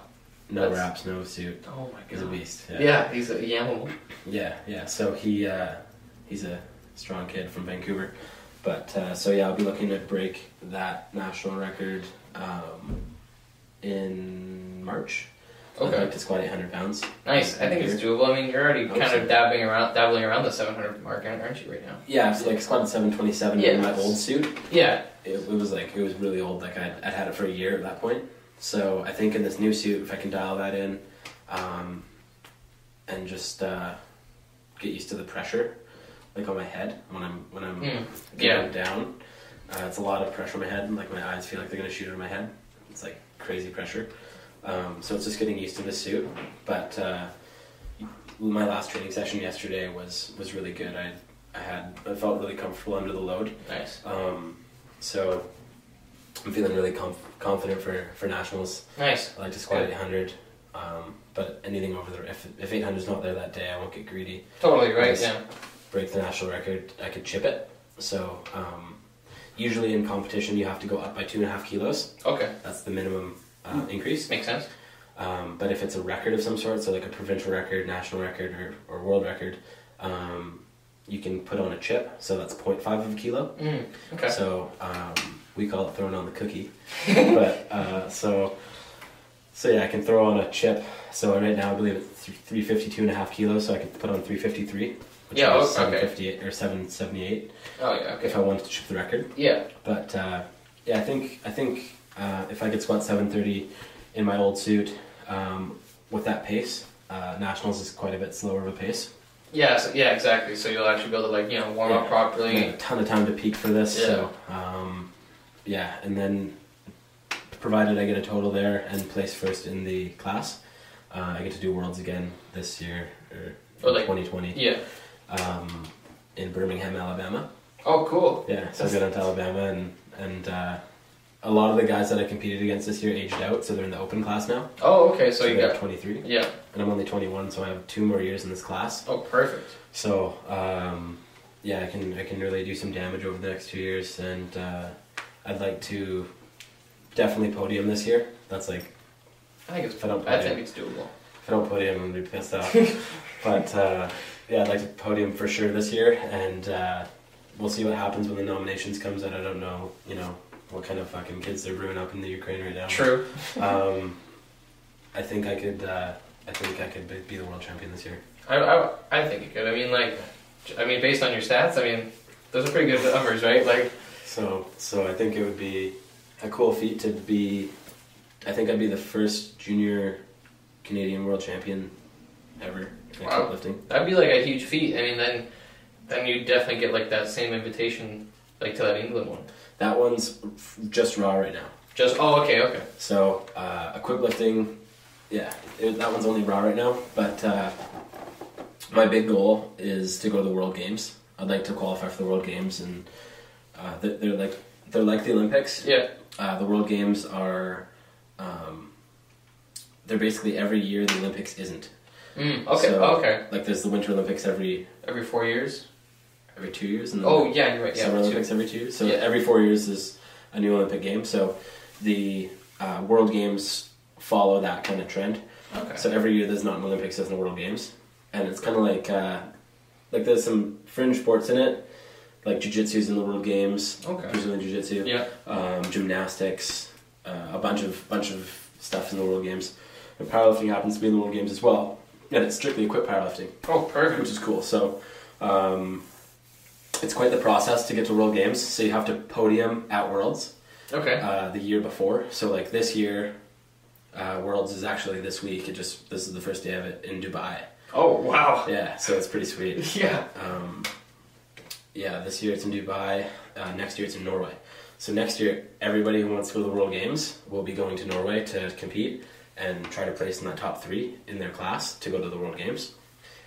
no
That's-
wraps, no suit.
Oh my
He's a beast.
Yeah. he's a animal.
Yeah, yeah. So he uh, he's a strong kid from Vancouver, but uh, so yeah, I'll be looking to break that national record um, in March. I'd
Okay.
like to squat 800 pounds.
Nice. I think it's doable. I mean, you're already kind of dabbling around, dabbling around the 700 mark, aren't you, right now?
Yeah, so like squatted 727 in my
Yes.
old suit.
Yeah.
It, it was like, it was really old. Like I'd, I'd had it for a year at that point. So I think in this new suit, if I can dial that in um, and just uh, get used to the pressure, like on my head when I'm, when I'm
Mm.
getting
Yeah.
down, uh, it's a lot of pressure on my head. And, like my eyes feel like they're going to shoot out of my head. It's like crazy pressure. Um, so it's just getting used to the suit. But uh, my last training session yesterday was was really good. I I had I felt really comfortable under the load.
Nice.
Um, so I'm feeling really comf- confident for for nationals.
Nice.
I like to squat
Good.
800. Um, but anything over the if if 800's not there that day, I won't get greedy.
Totally right.
Nice.
Yeah.
Break the national record, I could chip it. So um, usually in competition, you have to go up by two and a half kilos.
Okay.
That's the minimum uh,
Mm.
increase.
Makes sense.
Um, but if it's a record of some sort, so like a provincial record, national record, or, or world record, um, you can put on a chip. So that's 0.5 of a kilo.
Mm. Okay.
So um, we call it throwing on the cookie. but uh, so so yeah, I can throw on a chip. So right now I believe it's th- 352 and a half kilos. So I could put on 353. Which
Yeah,
is
oh, okay.
758 or 778
Oh yeah. Okay.
if I wanted to chip the record.
Yeah.
But uh, yeah, I think I think uh, if I could squat seven thirty in my old suit um, with that pace, uh, nationals is quite a bit slower of a pace.
Yeah. So, yeah. Exactly. So you'll actually be able to like you know warm up
Yeah. I
properly.
had a ton of time to peak for this, so um, yeah. And then provided I get a total there and place first in the class, uh, I get to do worlds again this year or
Or like-
twenty twenty
Yeah.
um, in Birmingham, Alabama.
Oh, cool.
Yeah, so I got into Alabama, and and uh, a lot of the guys that I competed against this year aged out, so they're in the open class now.
Oh, okay. So you
they're
got.
23,
Yeah.
and I'm only 21, so I have two more years in this class.
Oh, perfect.
So um, yeah, I can I can really do some damage over the next two years, and uh, I'd like to definitely podium this year. That's like
I think it's.
I don't
I
play.
think it's doable.
if I don't podium, I'm gonna be pissed off. but uh, yeah, I'd like to podium for sure this year, and uh, we'll see what happens when the nominations comes out. I don't know, you know, what kind of fucking kids they're brewing up in the Ukraine right now.
True.
Um, I think I could. Uh, I think I could be- be the world champion this year.
I, I, I think you could. I mean, like, I mean, based on your stats, I mean, those are pretty good numbers, right? Like,
So, so I think it would be a cool feat to be. I think I'd be the first junior Canadian world champion ever in
Wow.
weightlifting.
that'd be like a huge feat. I mean, then, then you definitely get like that same invitation, like to that England one.
That one's f- just raw right now.
Just oh, okay, okay,
So uh, equip lifting, yeah, it, that one's only raw right now. But uh, my big goal is to go to the World Games. I'd like to qualify for the World Games, and uh, they're, they're like they're like the Olympics.
yeah,
Uh, the World Games are um, they're basically every year the Olympics isn't.
mm, okay,
So,
okay.
Like there's the Winter Olympics every
Every four years.
every two years, and then
Oh yeah, you're right. Yeah,
Summer
two.
Olympics every two years. So
Yeah.
every four years is a new Olympic game. So the uh, World Games follow that kind of trend.
Okay.
So every year there's not an Olympics, there's no World Games, and it's kind of like uh, like there's some fringe sports in it, like jujitsu's in the World Games,
okay.
Brazilian jiu-jitsu,
Yeah.
um, gymnastics, uh, a bunch of bunch of stuff in the World Games. And powerlifting happens to be in the World Games as well, and it's strictly equipped powerlifting
Oh,
which
perfect.
is cool. So, um, it's quite the process to get to World Games. So you have to podium at Worlds
Okay.
uh, the year before. So like this year, uh, Worlds is actually this week. It just this is the first day of it in Dubai.
Oh wow.
Yeah, so it's pretty sweet.
Yeah.
Um, yeah, this year it's in Dubai. Uh, next year it's in Norway. So next year, everybody who wants to go to the World Games will be going to Norway to compete and try to place in that top three in their class to go to the World Games.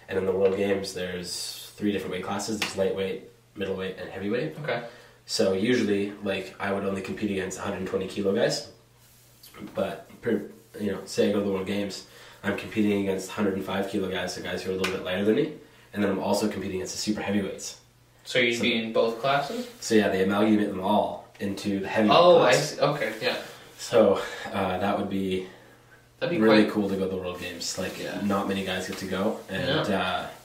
And in the World Games, there's three different weight classes: there's lightweight, middleweight, and heavyweight.
Okay.
So usually, like I would only compete against 120 kilo guys, but per, you know, say I go to the World Games, I'm competing against 105 kilo guys, so guys who are a little bit lighter than me, and then I'm also competing against the super heavyweights.
So you'd
So-
be in both classes.
So yeah, they amalgamate them all into the heavyweight
Oh, I
class.
see. Okay, yeah.
So uh, that would be
That'd be
really
quite.
cool to go to the World Games. Like,
Yeah.
not many guys get to go, and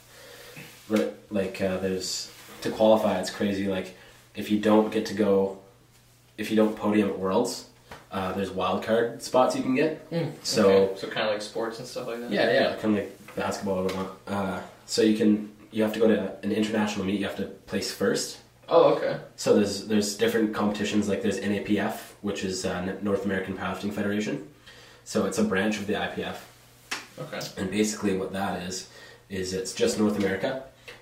uh, ri- like uh, there's to qualify. It's crazy. Like, if you don't get to go, if you don't podium at Worlds, Uh, there's wild card spots you can get.
Mm,
So
okay. so kind of like sports and stuff like that.
yeah, yeah, kind of like basketball or whatnot. Uh, so you can you have to go to an international meet. You have to place first.
Oh, okay.
So there's there's different competitions like there's NAPF, which is uh, N- North American Powerlifting Federation. So it's a branch of the IPF,
Okay.
and basically what that is is it's just North America,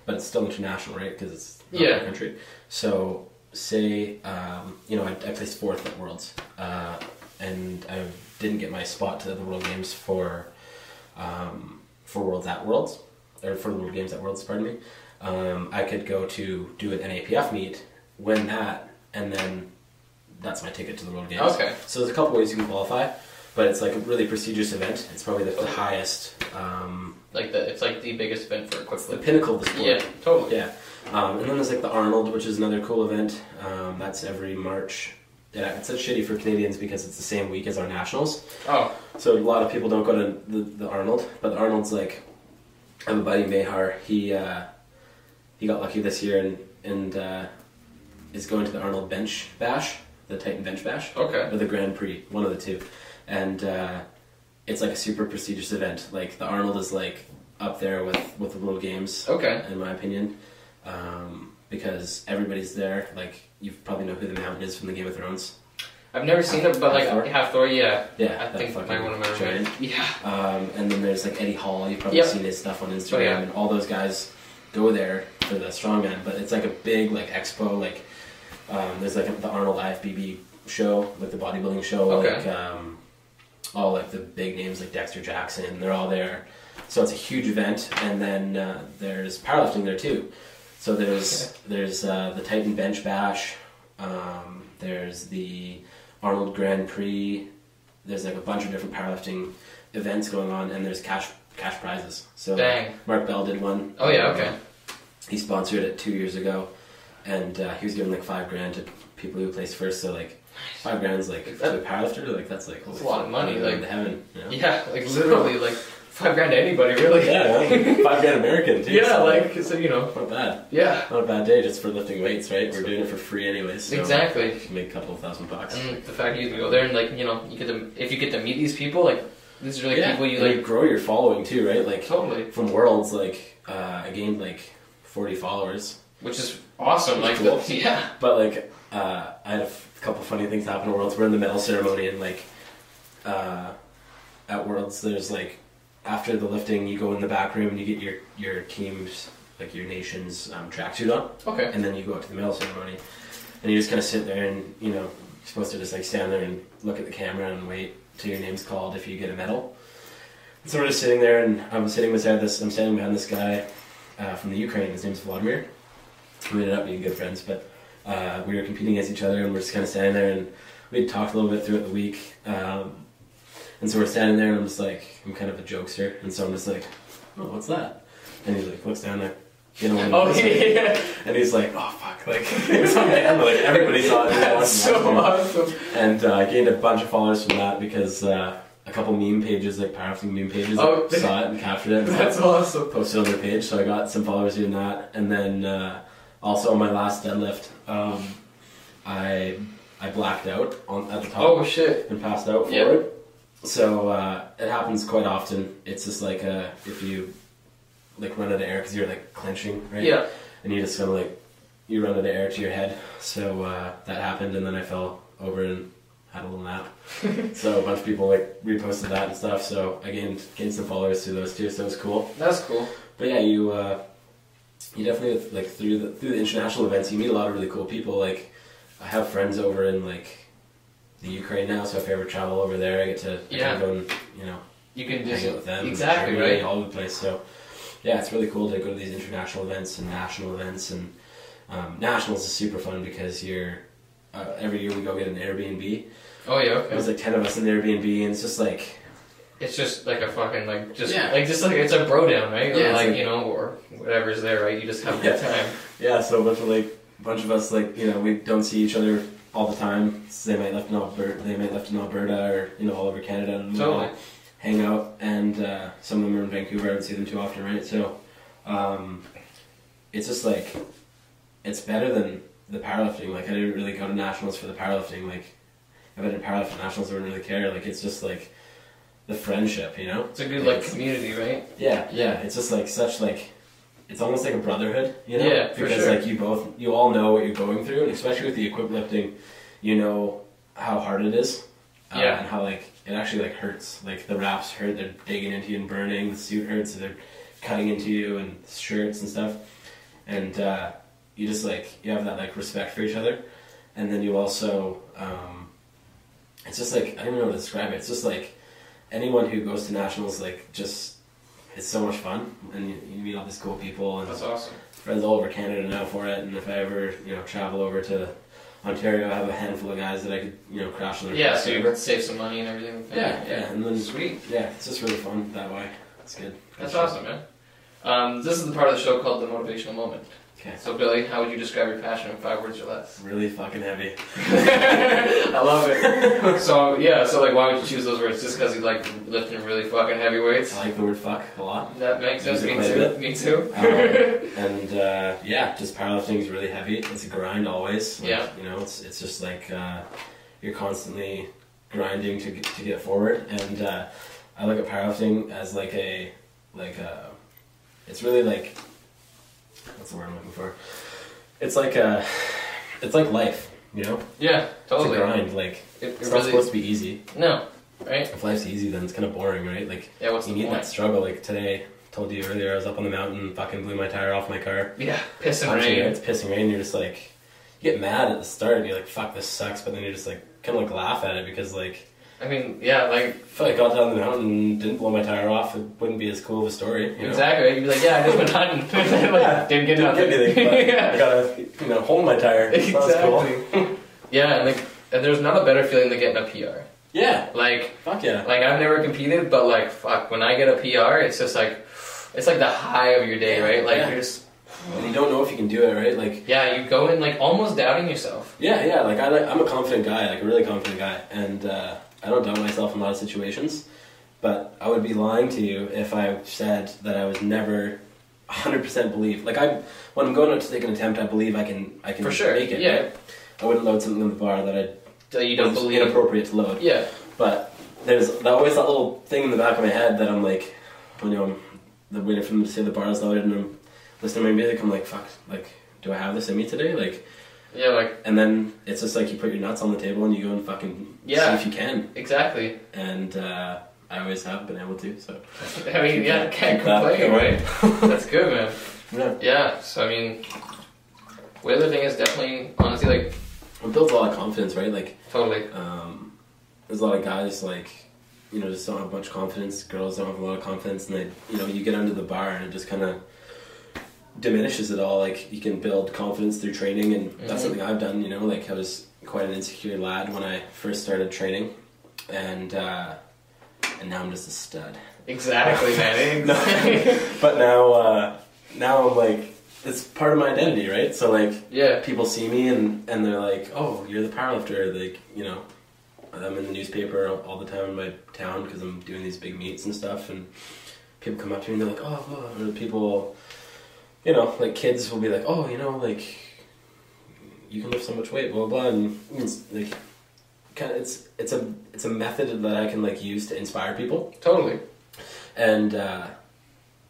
but it's still international, right? Because it's not
Yeah.
our country. So say um, you know I, I placed fourth at Worlds, uh, and I didn't get my spot to the World Games for um, for Worlds at Worlds or for the World Games at Worlds. Pardon me. Um, I could go to do an NAPF meet, win that, and then that's my ticket to the World Games.
Okay.
So there's a couple ways you can qualify, but it's like a really prestigious event. It's probably the, the highest, um,
Like the it's like the biggest event for a quick
the
flip.
pinnacle of the sport.
Yeah, totally.
Yeah. Um, and then there's like the Arnold, which is another cool event. Um, that's every March. Yeah, it's such shitty for Canadians because it's the same week as our nationals.
Oh,
So a lot of people don't go to the, the Arnold, but the Arnold's like, I have a buddy Mahar. He uh, he got lucky this year and and uh, is going to the Arnold Bench Bash, the Titan Bench Bash,
okay.
or the Grand Prix, one of the two, and uh, it's like a super prestigious event. Like the Arnold is like up there with with the World Games,
Okay.
in my opinion, um, because everybody's there. Like you probably know who the mountain is from the Game of Thrones.
I've never seen it, but like
Half Thor?
half Thor, yeah.
Yeah,
I
that
think
fucking
my one of my
giant.
roommates. Yeah.
Um, and then there's like Eddie Hall. You've probably
Yep.
seen his stuff on Instagram,
Oh, yeah.
and all those guys go there for the strongman. But it's like a big like expo. Like um, there's like the Arnold IFBB show, like the bodybuilding show.
Okay.
Like um, all like the big names like Dexter Jackson. They're all there. So it's a huge event, and then uh, there's powerlifting there too. So there's there's uh, the Titan Bench Bash. Um, there's the Arnold Grand Prix. There's like a bunch of different powerlifting events going on, and there's cash cash prizes. So
Dang.
Mark Bell did one.
Oh yeah. Okay.
He sponsored it two years ago, and uh, he was giving like five grand to people who placed first. So like five grand's like to a powerlifter, like that's like
That's a
holy
lot of
fuck,
money,
I'm going
like-
to heaven. you know?
Yeah. Like literally, like five grand to anybody, really.
Yeah, yeah, five grand American too.
Yeah.
so,
Like so, you know.
not bad.
Yeah.
Not a bad day just for lifting weights, right? We're doing it for free anyways. So
Exactly.
Make a couple of thousand bucks.
And the fact you can go there and like you know you get to if you get to meet these people like these are like people you
And
like
grow your following too, right? Like
totally,
from worlds, like uh, I gained like forty followers,
which is awesome. Like
Cool.
the- yeah.
but like uh, I had a f- couple funny things happen at worlds. We're in the medal ceremony, and like uh, at worlds, there's like after the lifting, you go in the back room and you get your your team's like your nation's um, tracksuit on.
Okay.
and then you go up to the medal ceremony, and you just kind of sit there and you know you're supposed to just like stand there and look at the camera and wait till your name's called if you get a medal. And so we're just sitting there, and I'm sitting beside this, I'm standing behind this guy uh, from the Ukraine. His name's Vladimir. We ended up being good friends, but uh, we were competing against each other, and we're just kind of standing there, and we had talked a little bit throughout the week. Um, and so we're standing there, and I'm just like, I'm kind of a jokester, and so I'm just like, oh, what's that? And he like looks down there, you know. and
Oh
he's like,
yeah.
and he's like, oh fuck, like it was on camera, like everybody saw it. and
That's so
everyone watched
awesome.
it. And uh, I gained a bunch of followers from that because uh, a couple meme pages, like powerlifting meme pages, like,
Oh.
saw it and captured it and stuff,
That's awesome.
posted on their page. So I got some followers doing that. And then uh, also on my last deadlift, um, I I blacked out on at the top
Oh shit.
and passed out
Yeah.
forward. So uh, it happens quite often. It's just like uh, if you like run out of air because you're like clenching, right?
Yeah.
and you just kind of like you run out of air to your head. So uh, that happened, and then I fell over and had a little nap. so a bunch of people like reposted that and stuff. So I gained gained some followers through those too. So it was cool.
That's cool.
But yeah, you uh, you definitely like through the through the international events, you meet a lot of really cool people. Like I have friends over in like the Ukraine now, so if I ever travel over there, I get to I
Yeah.
can go and you know
You can just
hang out with them.
exactly
Germany,
right.
All over the place. So, yeah, it's really cool to go to these international events and national events. And um, nationals is super fun because you're uh, every year we go get an Airbnb.
Oh yeah.
It was
Okay.
like ten of us in the Airbnb, and it's just like
It's just like a fucking like just
Yeah.
like just like it's a bro down right
Yeah,
or
it's
like
like-
you know or whatever's there right. You just have a good
Yeah.
time.
yeah. So a bunch of like bunch of us like you know we don't see each other all the time. So they might left in Alberta, they might left in Alberta, or you know all over Canada. And we all
Totally.
hang out, and uh, some of them are in Vancouver. I don't see them too often, right? So um, it's just like it's better than the powerlifting. Like I didn't really go to nationals for the powerlifting. Like I've been in powerlifting nationals. I don't really care. Like it's just like the friendship, you know?
It's a good like
Yes.
community, right?
Yeah, yeah. It's just like such like it's almost like a brotherhood, you know?
Yeah, for
because
sure.
like you both you all know what you're going through, and especially with the equip lifting, you know how hard it is. uh,
Yeah.
and how like it actually like hurts. Like the wraps hurt, they're digging into you and burning, the suit hurts, they're cutting into you and shirts and stuff. And uh, you just like you have that like respect for each other. And then you also um, it's just like I don't even know how to describe it. It's just like anyone who goes to nationals like just it's so much fun and you, you meet all these cool people and
That's awesome.
friends all over Canada now for it. And if I ever you know travel over to Ontario, I have a handful of guys that I could you know crash on their
Yeah,
couch
so you
over.
could save some money and everything.
Yeah, yeah, and then-
Sweet.
yeah, it's just really fun that way. It's good.
That's awesome, man. Um, this is the part of the show called the motivational moment.
Okay, it's
So, Billy, how would you describe your passion in five words or less?
really fucking heavy.
I love it. So, yeah, so like, why would you choose those words? Just because you like lifting really fucking heavy weights?
I like the word fuck a lot.
That makes sense. Me
Music
too. Me too.
Um, and uh, yeah, just powerlifting is really heavy. It's a grind always. Like,
Yeah.
You know, it's it's just like uh, you're constantly grinding to get, to get forward. And uh, I look at powerlifting as like a like a it's really like what's the word I'm looking for? It's like a it's like life. You know,
Yeah, totally.
it's a grind. Like
It,
it's
it
not supposed
really.
to be easy.
No, right?
If life's easy, then it's kind of boring, right? Like
Yeah, what's
you
the
need that
point?
struggle. Like today, told you earlier, I was up on the mountain, fucking blew my tire off my car
Yeah, piss and
punching
rain.
it, It's pissing rain. You're just like, you get mad at the start and you're like, fuck, this sucks. But then you just like, kind of like laugh at it because like,
I mean, yeah, like,
if I got down the mountain and didn't blow my tire off, it wouldn't be as cool of a story. You know?
exactly. You'd be like, yeah, I just went hunting.
Yeah.
like, didn't get
Didn't
nothing.
get anything, but
yeah.
I gotta, you know, hold my tire. It's not as cool.
yeah, and like, and there's not a better feeling than getting a PR.
Yeah,
Like,
fuck yeah.
like I've never competed, but like, fuck, when I get a PR, it's just like, it's like the high of your day, right? Like,
Yeah.
you're just,
And you don't know if you can do it, right? Like,
yeah, you go in like almost doubting yourself.
Yeah, yeah. Like I, like, I'm a confident guy, like a really confident guy, and uh, I don't doubt myself in a lot of situations. But I would be lying to you if I said that I was never 100 percent believe. Like I, when I'm going out to take an attempt, I believe I can, I can
For sure,
make it.
yeah.
right? I wouldn't load something on the bar that I
That you don't
was
believe.
inappropriate to load.
Yeah,
But there's always that little thing in the back of my head that I'm like, you know, I'm the waiting for them to say the bar is loaded, and I'm listening to my music. I'm like, fuck, like, do I have this in me today? Like.
yeah, like
And then it's just like you put your nuts on the table and you go and fucking
Yeah.
see if you can.
exactly.
And uh, I always have been able to. So
I mean, yeah, can't
Keep that
complain,
going.
right? That's good, man.
yeah,
Yeah, so I mean, weightlifting is definitely, honestly, like,
it builds a lot of confidence, right? Like
totally.
um, there's a lot of guys like you know just don't have much confidence. Girls don't have a lot of confidence, and they you know you get under the bar and it just kind of diminishes it all. Like you can build confidence through training, and
Mhm.
that's something I've done. You know, like I was quite an insecure lad when I first started training, and uh, and now I'm just a stud.
Exactly, man. Exactly.
But now, uh, now I'm like, it's part of my identity, right? So like,
yeah,
people see me and and they're like, oh, you're the powerlifter. Like, you know, I'm in the newspaper all- all the time in my town because I'm doing these big meets and stuff, and people come up to me and they're like, oh, whoa. Or people, you know, like kids will be like, oh, you know, like, you can lift so much weight, blah blah, blah. and it's like. Kind of, it's it's a it's a method that I can like use to inspire people
totally.
and uh,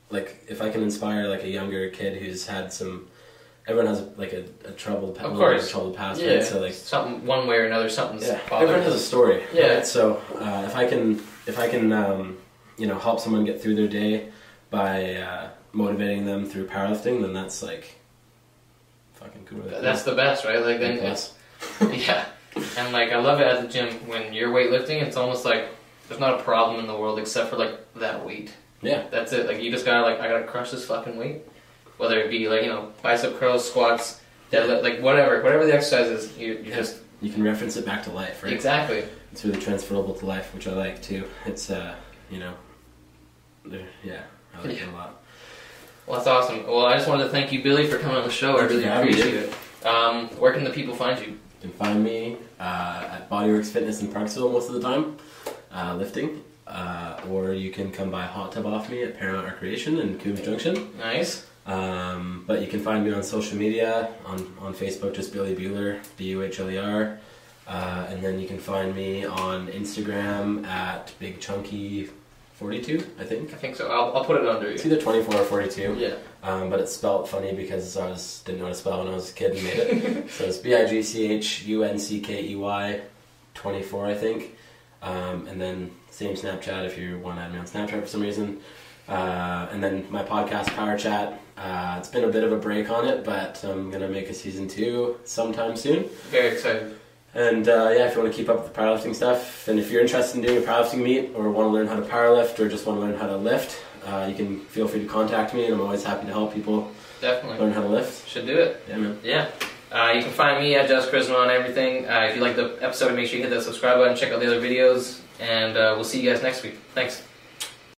like if I can inspire like a younger kid who's had some, everyone has like a, a troubled past,
Of course.
a troubled past,
Yeah,
right? So like,
something one way or another, something's
yeah,
bothering
everyone has a story,
Yeah.
right? So uh, if I can, if I can, um, you know, help someone get through their day by uh, motivating them through powerlifting, then that's like fucking cool.
Th- That's the best, right? Like then,
plus.
yeah. And like I love it at the gym when you're weightlifting. It's almost like there's not a problem in the world except for like that weight.
Yeah.
That's it. Like you just gotta like I gotta crush this fucking weight, whether it be like you know bicep curls, squats, deadlift, like whatever, whatever the exercise is. You, you
Yeah.
just
You can reference it back to life, right?
exactly.
It's really transferable to life, which I like too. It's uh, you know, they're- yeah, I like it a lot.
Well, that's awesome. Well, I just wanted to thank you, Billy, for coming on the show. I
Thank you
really
for having me,
appreciate it. Um, where can the people find you?
You can find me uh, at Bodyworks Fitness in Parksville most of the time, uh, lifting. Uh, or you can come by Hot Tub Off Me at Paramount Recreation in Coombs Junction.
Nice.
Um, but you can find me on social media, on, on Facebook, just Billy Bueller, B U H L E R. Uh, and then you can find me on Instagram at Big Chunky 42, I think.
I think so. I'll, I'll put it under
It's
you.
either 24 or 42,
Yeah.
um, but it's spelled funny because I was didn't know how to spell when I was a kid and made it. so it's B I G C H U N C K E Y 24, I think. Um, and then same Snapchat if you want to add me on Snapchat for some reason. Uh, and then my podcast, Power Chat. Uh, it's been a bit of a break on it, but I'm going to make a season two sometime soon.
Very excited.
And uh, yeah, if you want to keep up with the powerlifting stuff, and if you're interested in doing a powerlifting meet, or want to learn how to powerlift, or just want to learn how to lift, uh, you can feel free to contact me, and I'm always happy to help people
Definitely.
learn how to lift.
Should do it.
Yeah, man.
Yeah. Uh, you can find me at Just Charisma on everything. Uh, if you like the episode, make sure you hit that subscribe button, check out the other videos, and uh, we'll see you guys next week. Thanks.